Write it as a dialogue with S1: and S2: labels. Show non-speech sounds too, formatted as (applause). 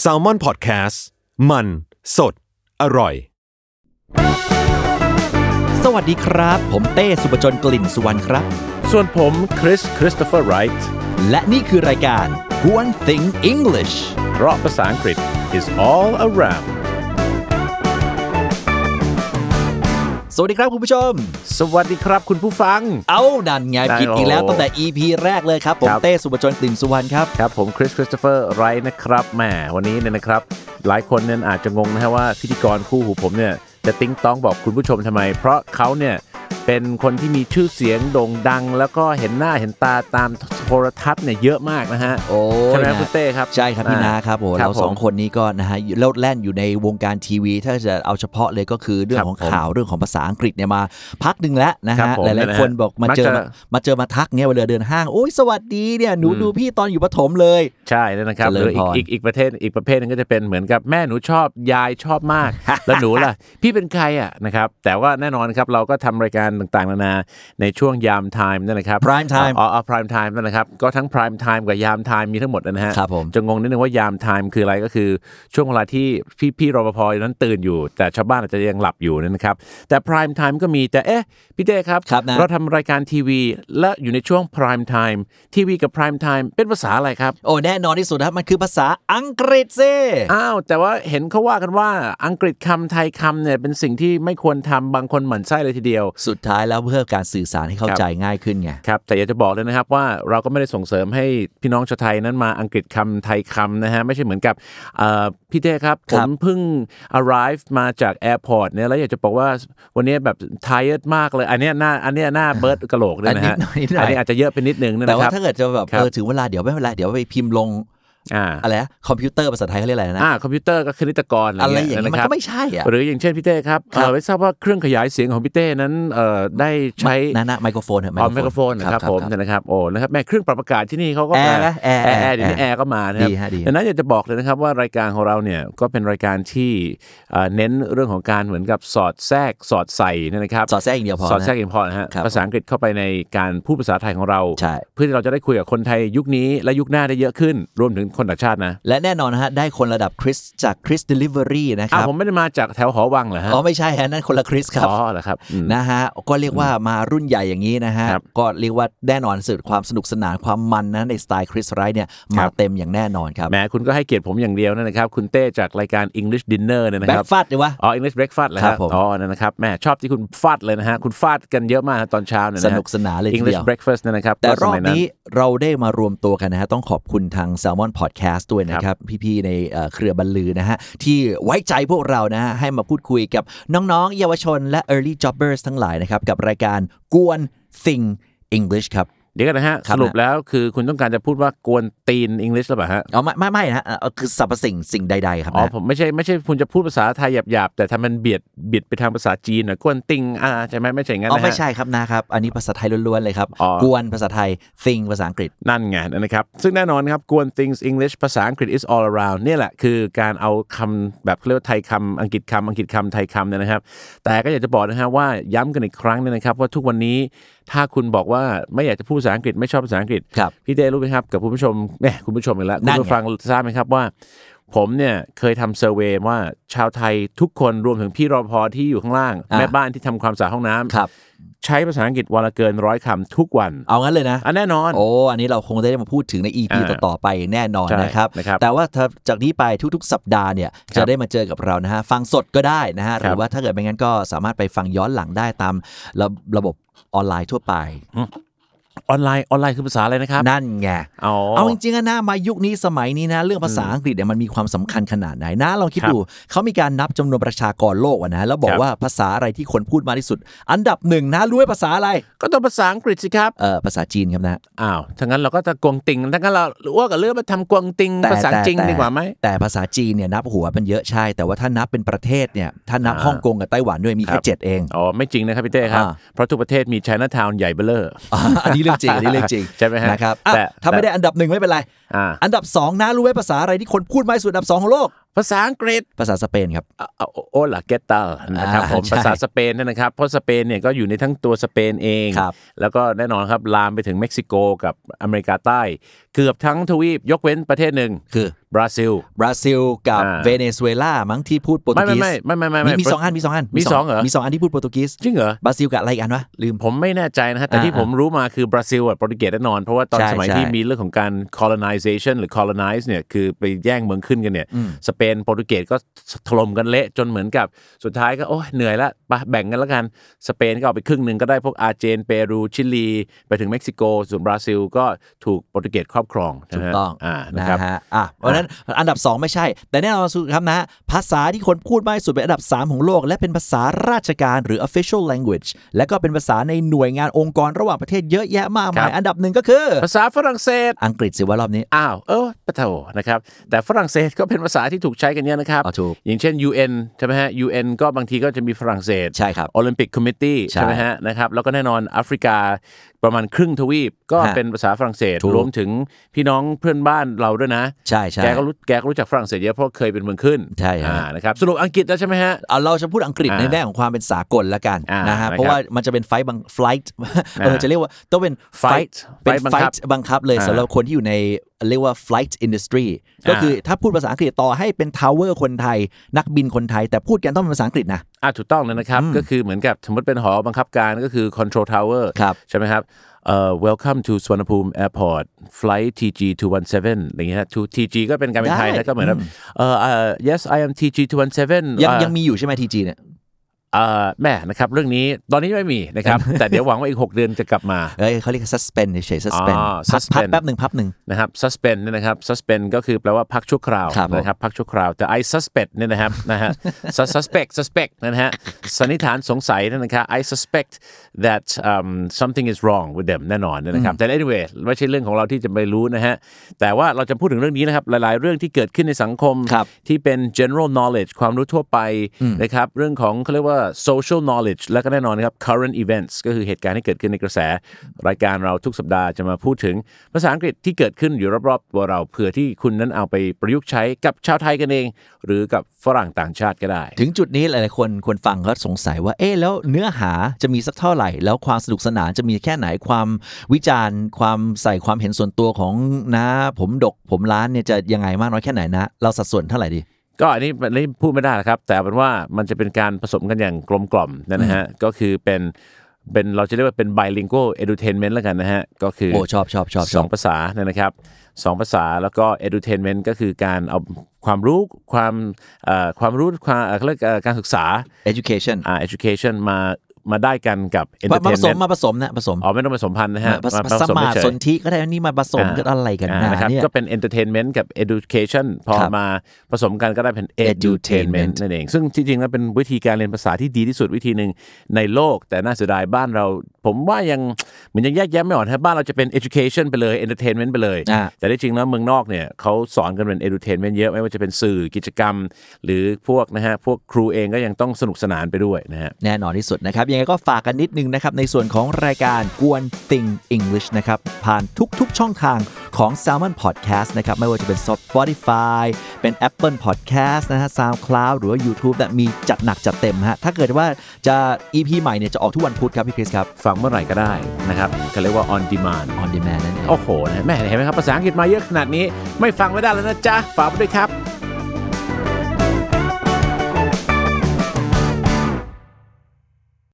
S1: แซลมอนพอดแคสต์มันสดอร่อย
S2: สวัสดีครับ ผมเต้สุปจนกลิ่นสุวรรณครับ
S3: ส่วนผม คริส คริสโตเฟอร์ไรท์
S2: และนี่คือรายการ One Thing English
S3: เพราะภาษาอังกฤษ is all around
S2: สวัสดีครับคุณผู้ชม
S3: สวัสดีครับคุณผู้ฟัง
S2: เอาดันไง
S3: ได้
S2: ผิดอีกแล้ว
S3: โอ้
S2: ตั้งแต่ EP แรกเลยครับ ผม
S3: ครับ
S2: เต้สุปจนกลิ่นสุวรรณครับ
S3: ครับผม คริส คริสโตเฟอร์ไรท์นะครับแหมวันนี้เนี่ยนะครับ หลายคนเนี่ยอาจจะงงนะฮะว่าพิธีกรคู่หูผมเนี่ยจะติ๊งต้องบอกคุณผู้ชมทำไม เพราะเขาเนี่ยเป็นคนที่มีชื่อเสียงโด่งดัง แล้วก็เห็นหน้าเห็นตาตามโทรทัศน์เนี่ยเยอะมากนะฮะ
S2: โอ้ย
S3: ใช่ไหม
S2: นะ
S3: คุณเต้ครับ
S2: ใช่ครับพี่
S3: อ่
S2: นาครับโอ้เรา
S3: ผม
S2: สองคนนี้ก็นะฮะโลดแล่นอยู่ในวงการทีวี ถ้าจะเอาเฉพาะเลยก็คือเรื่อง
S3: ครับ
S2: ของข่าวเรื่องของภาษาอังกฤษเนี่ยมาพักหนึ่งแล้วนะ
S3: ครั
S2: ฮะ
S3: บผม
S2: หลายๆคน
S3: นะฮะ
S2: บอกมาเจอ
S3: มักจะ
S2: มาเจอมาทักเนี่ยเวลาเดินห้างโอ้ยสวัสดีเนี่ยหนูดูพี่ตอนอยู่ประถมเลย
S3: ใช่แล้วนะครับ
S2: เจ
S3: ห
S2: ริญ
S3: รืออี
S2: พ
S3: ก
S2: ร
S3: อีกอีกประเทศอีกประเภทหนึงก็จะเป็นเหมือนกับแม่หนูชอบยายชอบมาก
S2: (laughs)
S3: แล้วหนูล่ะ พี่เป็นใครอ่ะนะครับแต่ว่าแน่นอนครับเราก็ทำรายการต่างๆนานาในช่วงยามไทม์นั่นนะครับ
S2: Prime time
S3: อ๋ออ๋อ prime time นั่นนะครับก็ทั้ง prime time กับยาม time มีทั้งหมดนะฮะ
S2: ครับผม
S3: จะงงนิดนึงว่ายาม time คืออะไรก็คือช่วงเวลาที่พี่พี่รปภนั้นตื่นอยู่ แต่ชาวบ้านอาจจะยังหลับอยู่นะครับแต่ prime time ก็มีแต่เอ๊ะพี่เต้ครับ
S2: ครับนะ
S3: เราทำรายการทีวีและอยู่ในช่วง prime time ทีวีกับ prime time เป็นภาษาอะไรครับ
S2: โอ้แน่นอนที่สุดนะครับมันคือภาษาอังกฤษสิ
S3: อ้าว แต่ว่าเห็นเขาว่ากันว่าอังกฤษคำไทยคำเนี่ยเป็นสิ่งที่ไม่ควรทำบางคนหมั่นไส้เลยทีเดียว
S2: สุดท้ายแล้วเพื่อการสื่อสารให้เข้าใจง่ายขึ้นไง
S3: ครับ แต่อยากจะบอกเลยนะครับว่าเราก็ไม่ได้ส่งเสริมให้พี่น้องชาวไทยนั้นมาอังกฤษคำไทยคำนะฮะ ไม่ใช่เหมือนกับเอ่อพี่เต้ครับ
S2: ค
S3: ผ
S2: รับ
S3: มเพิ่ง arrive มาจากแอร์พอร์ตเนี่ยแล้วอยากจะบอกว่าวันนี้แบบ tired มากเลย อันเนี้ยหน้าอันเนี้ยหน้าเบิร์ดกะโหลกเลยนะ
S2: อันนิ
S3: ฮะ
S2: ดหน่อยนิดหน่อย
S3: นี้อาจจะเยอะไปนิดนึงนะ
S2: แต่ว่า
S3: ครับ
S2: ถ้าเกิดจะแบบ
S3: ครับ
S2: เออถึงเวลาเดี๋ยวไม่เป็นไรเดี๋ยวไปพิมพ์ลง
S3: อ่า
S2: อะไรนะคอมพิวเตอร์ภาษาไทยเขาเรียกอะไรนะ
S3: อ่าคอมพิวเตอร์ก็คณิตกร
S2: อะ
S3: อะไร ไรอย่
S2: อา
S3: ย่างง
S2: นี้
S3: เงี้ย
S2: มัน
S3: นะครับ
S2: ก็ไม่ใช่อ่ะ
S3: หรืออย่างเช่นพี่เต้ครับ
S2: ครับ
S3: เอ่อไม่ทราบว่าเครื่องขยายเสียงของพี่เต้นั้นเอ่อได้ใช้
S2: นั่นนะไมโครโฟนเหรอ
S3: ออไมโครโฟนนะครับผม
S2: ครับ
S3: นะครับโอ้นะครับแม่เครื่องปรับอากาศที่นี่เขาก็
S2: แอร์
S3: มา
S2: นะแอร์
S3: แอร์
S2: แอร์
S3: แอร์เดี๋ยวนี้
S2: แอ
S3: แอ
S2: ร์
S3: ร์ก็มานะครับ
S2: ดีฮะดีฮะ
S3: ดังนั้นอยากจะบอกเลยนะครับว่ารายการของเราเนี่ยก็เป็นรายการที่เอ่อเน้นเรื่องของการเหมือนกับสอดแทรกสอดใส่เนยนะครับ
S2: สอดแทรกอย่างเดียวพอนะ
S3: สอดแทรกอย่างพอนะฮะ
S2: ครับ
S3: ภาษาอังกฤษเข้าไปในการพูดภาษาไทยของเรา
S2: ใช่
S3: เพื่อที่เราจะได้คุยกับคนไทยยุคนี้และยุคหน้าได้เยอะขึ้น รวมถึงคนต่างชาตินะ
S2: และแน่นอนนะฮะได้คนระดับคริสจากคริสเดลิเวอรี่นะค
S3: อ้าว
S2: รับ
S3: ผมไม่ได้มาจากแถวหอวังเหรอฮะ
S2: อ๋อไม่ใช่ฮะนั่นคนละคริสครับ
S3: อ๋อเหรอครับอืม
S2: นะฮะก็เรียกว่ามารุ่นใหญ่อย่างนี้นะฮะ
S3: ครับ
S2: ก็เรียกว่าแน่นอนสุดความสนุกสนานความมันนะในสไตล์คริสไรท์เนี่ย
S3: ค
S2: มา
S3: รับ
S2: เต็มอย่างแน่นอนครับ
S3: แหมคุณก็ให้เกียรติผมอย่างเดียวนะครับ คุณเต้จากรายการ English Dinner เนี่ยนะ
S2: แบ็
S3: ครั
S2: คฟาดดีวะ
S3: อ๋อ English Breakfast เหรอ
S2: ค
S3: ค
S2: รับ
S3: รั
S2: บ ผม
S3: อ๋อนั่นนะครับแหม่ชอบที่คุณฟาดเลยนะฮะ คุณฟาดกันเยอะมากนะตอนเช้าเนี่ยะฮะ
S2: สนุกสนานเลยทีเดียว
S3: English Breakfast เนี่ยนะครับ
S2: แต่
S3: ก็
S2: ร
S3: ส
S2: อบ
S3: มัย
S2: นี้เราได้มารวมตัวกันนะฮะ ต้องขอบคุณทาง s ซ l m o n Podcast ด้วยนะครับ พี่ๆ ในเอ่อเครือบรรลือนะฮะ ที่ไว้ใจพวกเรานะฮะ ให้มาพูดคุยกับน้องๆ เยาวชนและ Early Jobbers ทั้งหลายนะครับ กับรายการกวน Thing English ครับ
S3: เดี๋ยวกันนะฮะ
S2: ครับ
S3: สรุปแล้วคือคุณต้องการจะพูดว่ากวนตีน English หรือเปล่าฮะ
S2: เอาไม่ไม่ไม่นะฮะเอาคือสรรพสิ่งสิ่งใด ๆ ครับ
S3: อ๋อ
S2: นะ
S3: ผมไม่ใช่ไม่ใช่คุณจะพูดภาษาไทยหยาบๆ แต่ทำมันเบียดเบียดไปทางภาษาจีนหน่อยกวนติงอ่าใช่ไหมไม่ใช่งั้น
S2: อ๋อ
S3: นะฮะ
S2: ไม่ใช่ครับนะครับ อันนี้ภาษาไทยล้วนๆเลยครับ
S3: อ๋อ
S2: กวนภาษาไทย thing ภาษาอังกฤษ
S3: นั่นไงนะครับ ซึ่งแน่นอนครับ กวน things English ภาษาอังกฤษ is all around เนี่ยแหละคือการเอาคำแบบเขาเรียกว่าไทยคำอังกฤษคำอังกฤษคำไทยคำเนี่ยนะครับ แต่ก็อยากจะบอกนะฮะว่าย้ำกันอีกครั้งหนึงนะครับ ว่าทุกวันนี้ถ้าคุณบอกว่าไม่อยากจะพูดภาษาอังกฤษไม่ชอบภาษาอังกฤษ
S2: ครับ
S3: พี่เต้รู้ไหมครับกับคุณผู้ชมเนี่ยคุณผู้ชมอีกแล้วคุ
S2: นั่น
S3: ณ
S2: ไง
S3: ผู้ฟังทราบไหมครับว่า ผมเนี่ยเคยทำเซอร์เวย์ว่าชาวไทยทุกคนรวมถึงพี่รอพอที่อยู่ข้างล่าง แม่บ้านที่ทำความสะอาดห้องน้ำ
S2: ครับ
S3: ใช้ภาษาอังกฤษวันละเกินร้อยคำทุกวัน
S2: เอางั้นเลยนะ
S3: อันแน่นอน
S2: โอ้ อันนี้เราคงได้มาพูดถึงใน EP
S3: อ่า
S2: ต่อ ๆ ไปแน่นอน
S3: ใช่
S2: นะครับ
S3: นะครับ
S2: แต่ว่าถ้าจากนี้ไปทุกๆ สัปดาห์เนี่ย
S3: ครับ
S2: จะได้มาเจอกับเรานะฮะ ฟังสดก็ได้นะฮะ ห
S3: ครั
S2: รื
S3: บ
S2: อว่าถ้าเกิดไม่งั้นก็สามารถไปฟังย้อนหลังได้ตามระระบบออนไลน์ทั่วไป
S3: ออนไลน์ออนไลน์คือภาษาอะไรนะครับ
S2: นั่นไง
S3: อ๋อ
S2: เอาจริงๆอะนะมายุคนี้สมัยนี้นะ เรื่องภาษาอังกฤษเนี่ยมันมีความสำคัญขนาดไหนนะลองคิด
S3: ครับ
S2: ดูเขามีการนับจำนวนประชากรโลกอะนะ แล้วบอก
S3: ครับ
S2: ว่าภาษาอะไรที่คนพูดมากที่สุด อันดับหนึ่งนะรู้ไหมภาษาอะไร
S3: ก็ต้องภาษาอังกฤษสิครับ
S2: เออภาษาจีนครับนะ
S3: อ้าวถ้างั้นเราก็จะกวงติงถ้างั้นเราอ้วกกับเรื่องมาทำกวงติง
S2: แต่
S3: ภาษาจริง
S2: แต่
S3: ดีกว่าไหม
S2: แต่ภาษาจีนเนี่ยนับหัวมันเยอะใช่ แต่ว่าถ้านับเป็นประเทศเนี่ยถ้านับ
S3: อ่า
S2: ฮ่องกงกับไต้หวันด้วยมี
S3: ค
S2: แค่
S3: รับ
S2: เจ็ดเอง
S3: อ๋อ ไม่จริงนะครับพี่เต้ครับ
S2: อ่า
S3: เพราะทุกประเทศมีไชน่าทาวน์ใหญ่เบ้อเร่อ
S2: (laughs) อันนี้เรื่องจริงอันนี้เรื่องจริง
S3: ใช่ไหมฮะ
S2: นะครับอ่ะ
S3: แต่
S2: ถ้าไม่
S3: แต่
S2: ได้อันดับหนึ่งไม่เป็นไร
S3: อ่า
S2: อันดับสองนะรู้ไหมภาษาอะไรที่คนพูดมากที่สุดอันดับสองของโลก
S3: ภาษาอังกฤษ
S2: ภาษาสเปนครับ
S3: อ่ะอ่ะโอลาเกตานะครับ
S2: อ่า
S3: ผม
S2: ใช่
S3: ภาษาสเปนเนยนะครับ เพราะสเปนเนี่ยก็อยู่ในทั้งตัวสเปนเอง
S2: ครับ
S3: แล้วก็แน่นอนครับลามไปถึงเม็กซิโกกับอเมริกาใต้ เกือบทั้งทวีปยกเว้นประเทศหนึ่ง
S2: คือ
S3: บราซิล
S2: บราซิลกับ
S3: อ่า
S2: เวเนซุเอลามั้งที่พูดโปรตุ
S3: ไม่
S2: เก
S3: ไม่
S2: ส
S3: ไม่ไม่ไม่
S2: มี
S3: ไม่ไม่
S2: มีสองอันมีสองอัน
S3: มีสองเหรอ
S2: มีสองอันที่พูดโปรตุเกส
S3: จริงเหรอ
S2: บราซิลกับอะไรอีกอันวะลืม
S3: ผมไม่แน่ใจนะฮะแต่ที่
S2: อ่า
S3: ผมรู้มาคือบราซิลอะโปรตุเกสแน่นอน เพราะว่าตอน
S2: ใช่
S3: สมัย
S2: ใช่
S3: ที่มีเรื่องของการ colonization หรือ colonize เนี่ยคือไปแย่งเมืองขึ้นกันเนี่ยสเปนโปรตุเกสก็ถล่มกันเละจนเหมือนกับสุดท้ายก็โอ้ยเหนื่อยละไปะแบ่งกันแล้วกัน สเปนก็เอาไปครึ่งหนึ่งก็ได้พวกอาร์เจนเปรูชิลี ไปถึงเม็กซิโก ส่วนบราซิลก็ถูกโปรตุเกสครอบครองนะฮะ
S2: ถูกต้อง
S3: อ่านะ
S2: นะครับ ฮะอ่ะเพราะฉะนั้นอันดับ 2 ไม่ใช่ แต่แน่นอนสุดครับนะ ภาษาที่คนพูดมากที่สุดเป็นอันดับ 3 ของโลก และเป็นภาษาราชการหรือ official language และก็เป็นภาษาในหน่วยงานองค์กรระหว่างประเทศเยอะแยะมากมา
S3: ครั
S2: ย
S3: บ
S2: อันดับหนึ่งก็คือ
S3: ภาษาฝรั่งเศส
S2: อังกฤษสิว่ารอบนี้
S3: อ้าวเออปะโถนะครับ แต่ฝรั่งเศสก็เป็นภาษาที่ถูกใช้กันเยอะนะครับ
S2: อ๋อถูก
S3: อย่างเช่น UN ใช่ไหมฮะ UN ก็บางทีก็จะมีฝรั่งเศส
S2: ใช่ครับ
S3: โอลิมปิกคอมมิตี้
S2: ใช่
S3: ใช่ไหมฮะนะครับแล้วก็แน่นอนแอฟริกาประมาณครึ่งทวีป ก็
S2: ฮะ
S3: เป็นภาษาฝรั่งเศส
S2: ถูก
S3: รวมถึงพี่น้องเพื่อนบ้านเราด้วยนะ
S2: ใช่ใช่
S3: แกก็รู้แกก็รู้จักฝรั่งเศสเยอะเพราะเคยเป็นเมืองขึ้น
S2: ใช่ฮะ
S3: อ่านะครับสรุปอังกฤษแล้วใช่ไหมฮะ
S2: เอาเราจะพูดอังกฤษ
S3: อ่า
S2: ในแง่ของความเป็นสากลละกัน
S3: อ่า
S2: นะฮะ
S3: นะครับ
S2: เพราะว่ามันจะเป็นไฟล์บังไฟล์ (laughs) เออจะเรียกว่าต้องเป็น
S3: flight
S2: flight เป็น
S3: flight บังคับ
S2: flight บังคับเลย
S3: อ่า
S2: สำหรับคนที่อยู่ในเรียกว่า flight industry ก็คือถ้าพูดภาษาอังกฤษต่อให้เป็น tower คนไทย นักบินคนไทย แต่พูดกันต้องเป็นภาษาอังกฤษนะ
S3: อ่าถูกต้องเลยนะครับ ก็คือเหมือนกับสมมติเป็นหอบังคับการก็คือ control tower
S2: ครับ
S3: ใช่ไหมครับเอ่อ welcome to สวนภูมิ airport flight TG 217อะไรอย่างเงี้ยฮะ to TG ก็เป็นการเป็นไทย
S2: ได้
S3: นะก็เหมือนแบบเอ่อเอ่อ yes I am TG 217
S2: ยัง
S3: อ่า
S2: ยังมีอยู่ใช่ไหมทีจีเนี่ย
S3: เอ่อแม่นะครับเรื่องนี้ตอนนี้ไม่มี
S2: (laughs)
S3: นะครับ แต่เดี๋ยวหวังว่าอีก 6 เดือนจะกลับมา
S2: เอ้ยเขาเรียก suspend เฉย suspend
S3: อ๋อ
S2: พัก
S3: suspend
S2: พักแป๊บหนึ่งพักหนึ่ง
S3: นะครับ suspend เนี่ยนะครับ suspend ก็คือแปลว่าพักชั่วคราว
S2: ครับผม
S3: นะครับพักชั่วคราว แต่ I suspect เนี่ยนะครับ นะ (laughs) ฮะ Sus- suspect suspect นะฮะสันนิษฐานสงสัยเนี่ยนะครับ I suspect that um, something is wrong with them แน่นอนเนี่ยนะครับแต่ anyway ไม่ใช่เรื่องของเราที่จะไปรู้นะฮะแต่ว่าเราจะพูดถึงเรื่องนี้นะครับ หลายๆ เรื่องที่เกิดขึ้นในสังคม
S2: ครับ
S3: ที่เป็น general knowledge ความรู้ทั่วไปนะครับเรื่องของเขาเรียกว่า social knowledge และก็แน่นอนนะครับ current events ก็คือเหตุการณ์ที่เกิดขึ้นในกระแส รายการเราทุกสัปดาห์จะมาพูดถึงภาษาอังกฤษที่เกิดขึ้นอยู่รอบๆตัวเราเผื่อที่คุณนั้นเอาไปประยุกต์ใช้กับชาวไทยกันเอง หรือกับฝรั่งต่างชาติก็ได้
S2: ถึงจุดนี้หลายๆคนคนฟังก็สงสัยว่า เอ๊ะแล้วเนื้อหาจะมีสักเท่าไหร่ แล้วความสนุกสนานจะมีแค่ไหนความวิจารณ์ ความใส่ความเห็นส่วนตัวของนะ ผมดกผมล้านเนี่ยจะยังไงมากน้อยแค่ไหนนะ เราสัดส่วนเท่าไหร่ดี
S3: ก็อันนี้อันนี้พูดไม่ได้หรอกครับ แต่เอาเป็นว่ามันจะเป็นการผสมกันอย่างกลมกล่อมนะฮะก็คือเป็นเป็นเราจะเรียกว่าเป็น bilingual entertainment แล้วกันนะฮะก็คือ
S2: โอ้ชอบชอบชอบช
S3: ส
S2: อ
S3: อบ งภาษาเนี่ยนะครับสองภาษาแล้วก็ entertainment ก็คือการเอาความรู้ความเอ่อความรู้ความเอ่อเขาเรียกเอ่อการศึกษา
S2: education
S3: อ่า education มามาได้กันกับ
S2: มามาผสม
S3: entertainment
S2: มาผสมนะผสม
S3: อ๋อไม่ต้องผสมพันธ์นะฮะ
S2: ผสม
S3: มา
S2: ผสมมา
S3: เฉย
S2: สนธิก็ได้นี่มาผสม
S3: า
S2: กันอะไรกัน
S3: อ่า
S2: นะ
S3: นะครับ
S2: เนี่ย
S3: ก็เป็น entertainment กับ education พอ
S2: ครับ
S3: มาผสมกันก็ได้เป็น edutainment
S2: edutainment
S3: นั่นเอง ซึ่งที่จริงแล้วเป็นวิธีการเรียนภาษาที่ดีที่สุดวิธีหนึ่งในโลก แต่น่าเสียดายบ้านเรา ผมว่ายังเหมือนยังแยกแยะไม่ออกนะบ้านเราจะเป็น education ไปเลย entertainment ไปเลย
S2: อ่า
S3: แต่ที่จริงแล้วเมืองนอกเนี่ยเขาสอนกันเป็น edutainment เยอะไม่ว่าจะเป็นสื่อกิจกรรม หรือพวกนะฮะพวกครูเองก็ยังต้องสนุกสนานไปด้วยนะฮะ
S2: แน่นอนที่สุดนะครับ ยังไงก็ฝากกันนิดนึงนะครับ ในส่วนของรายการกวน Thing English นะครับ ผ่านทุกๆช่องทางของ Salmon Podcast นะครับ ไม่ว่าจะเป็น Spotify เป็น Apple Podcast นะฮะ SoundCloud หรือว่า YouTube นะมีจัดหนักจัดเต็มฮะถ้าเกิดว่าจะ EP ใหม่เนี่ยจะออกทุกวันพุธครับ พี่คริสครับ
S3: ฟังเมื่อไหร่ก็ได้นะครับเขาเรียกว่า on demand
S2: On Demand นั่นเอง
S3: โอ้โหนะแม่เห็นไหมครับ ภาษาอังกฤษมาเยอะขนาดนี้ ไม่ฟังไม่ได้แล้วนะจ๊ะ ฝากไปด้วยครับ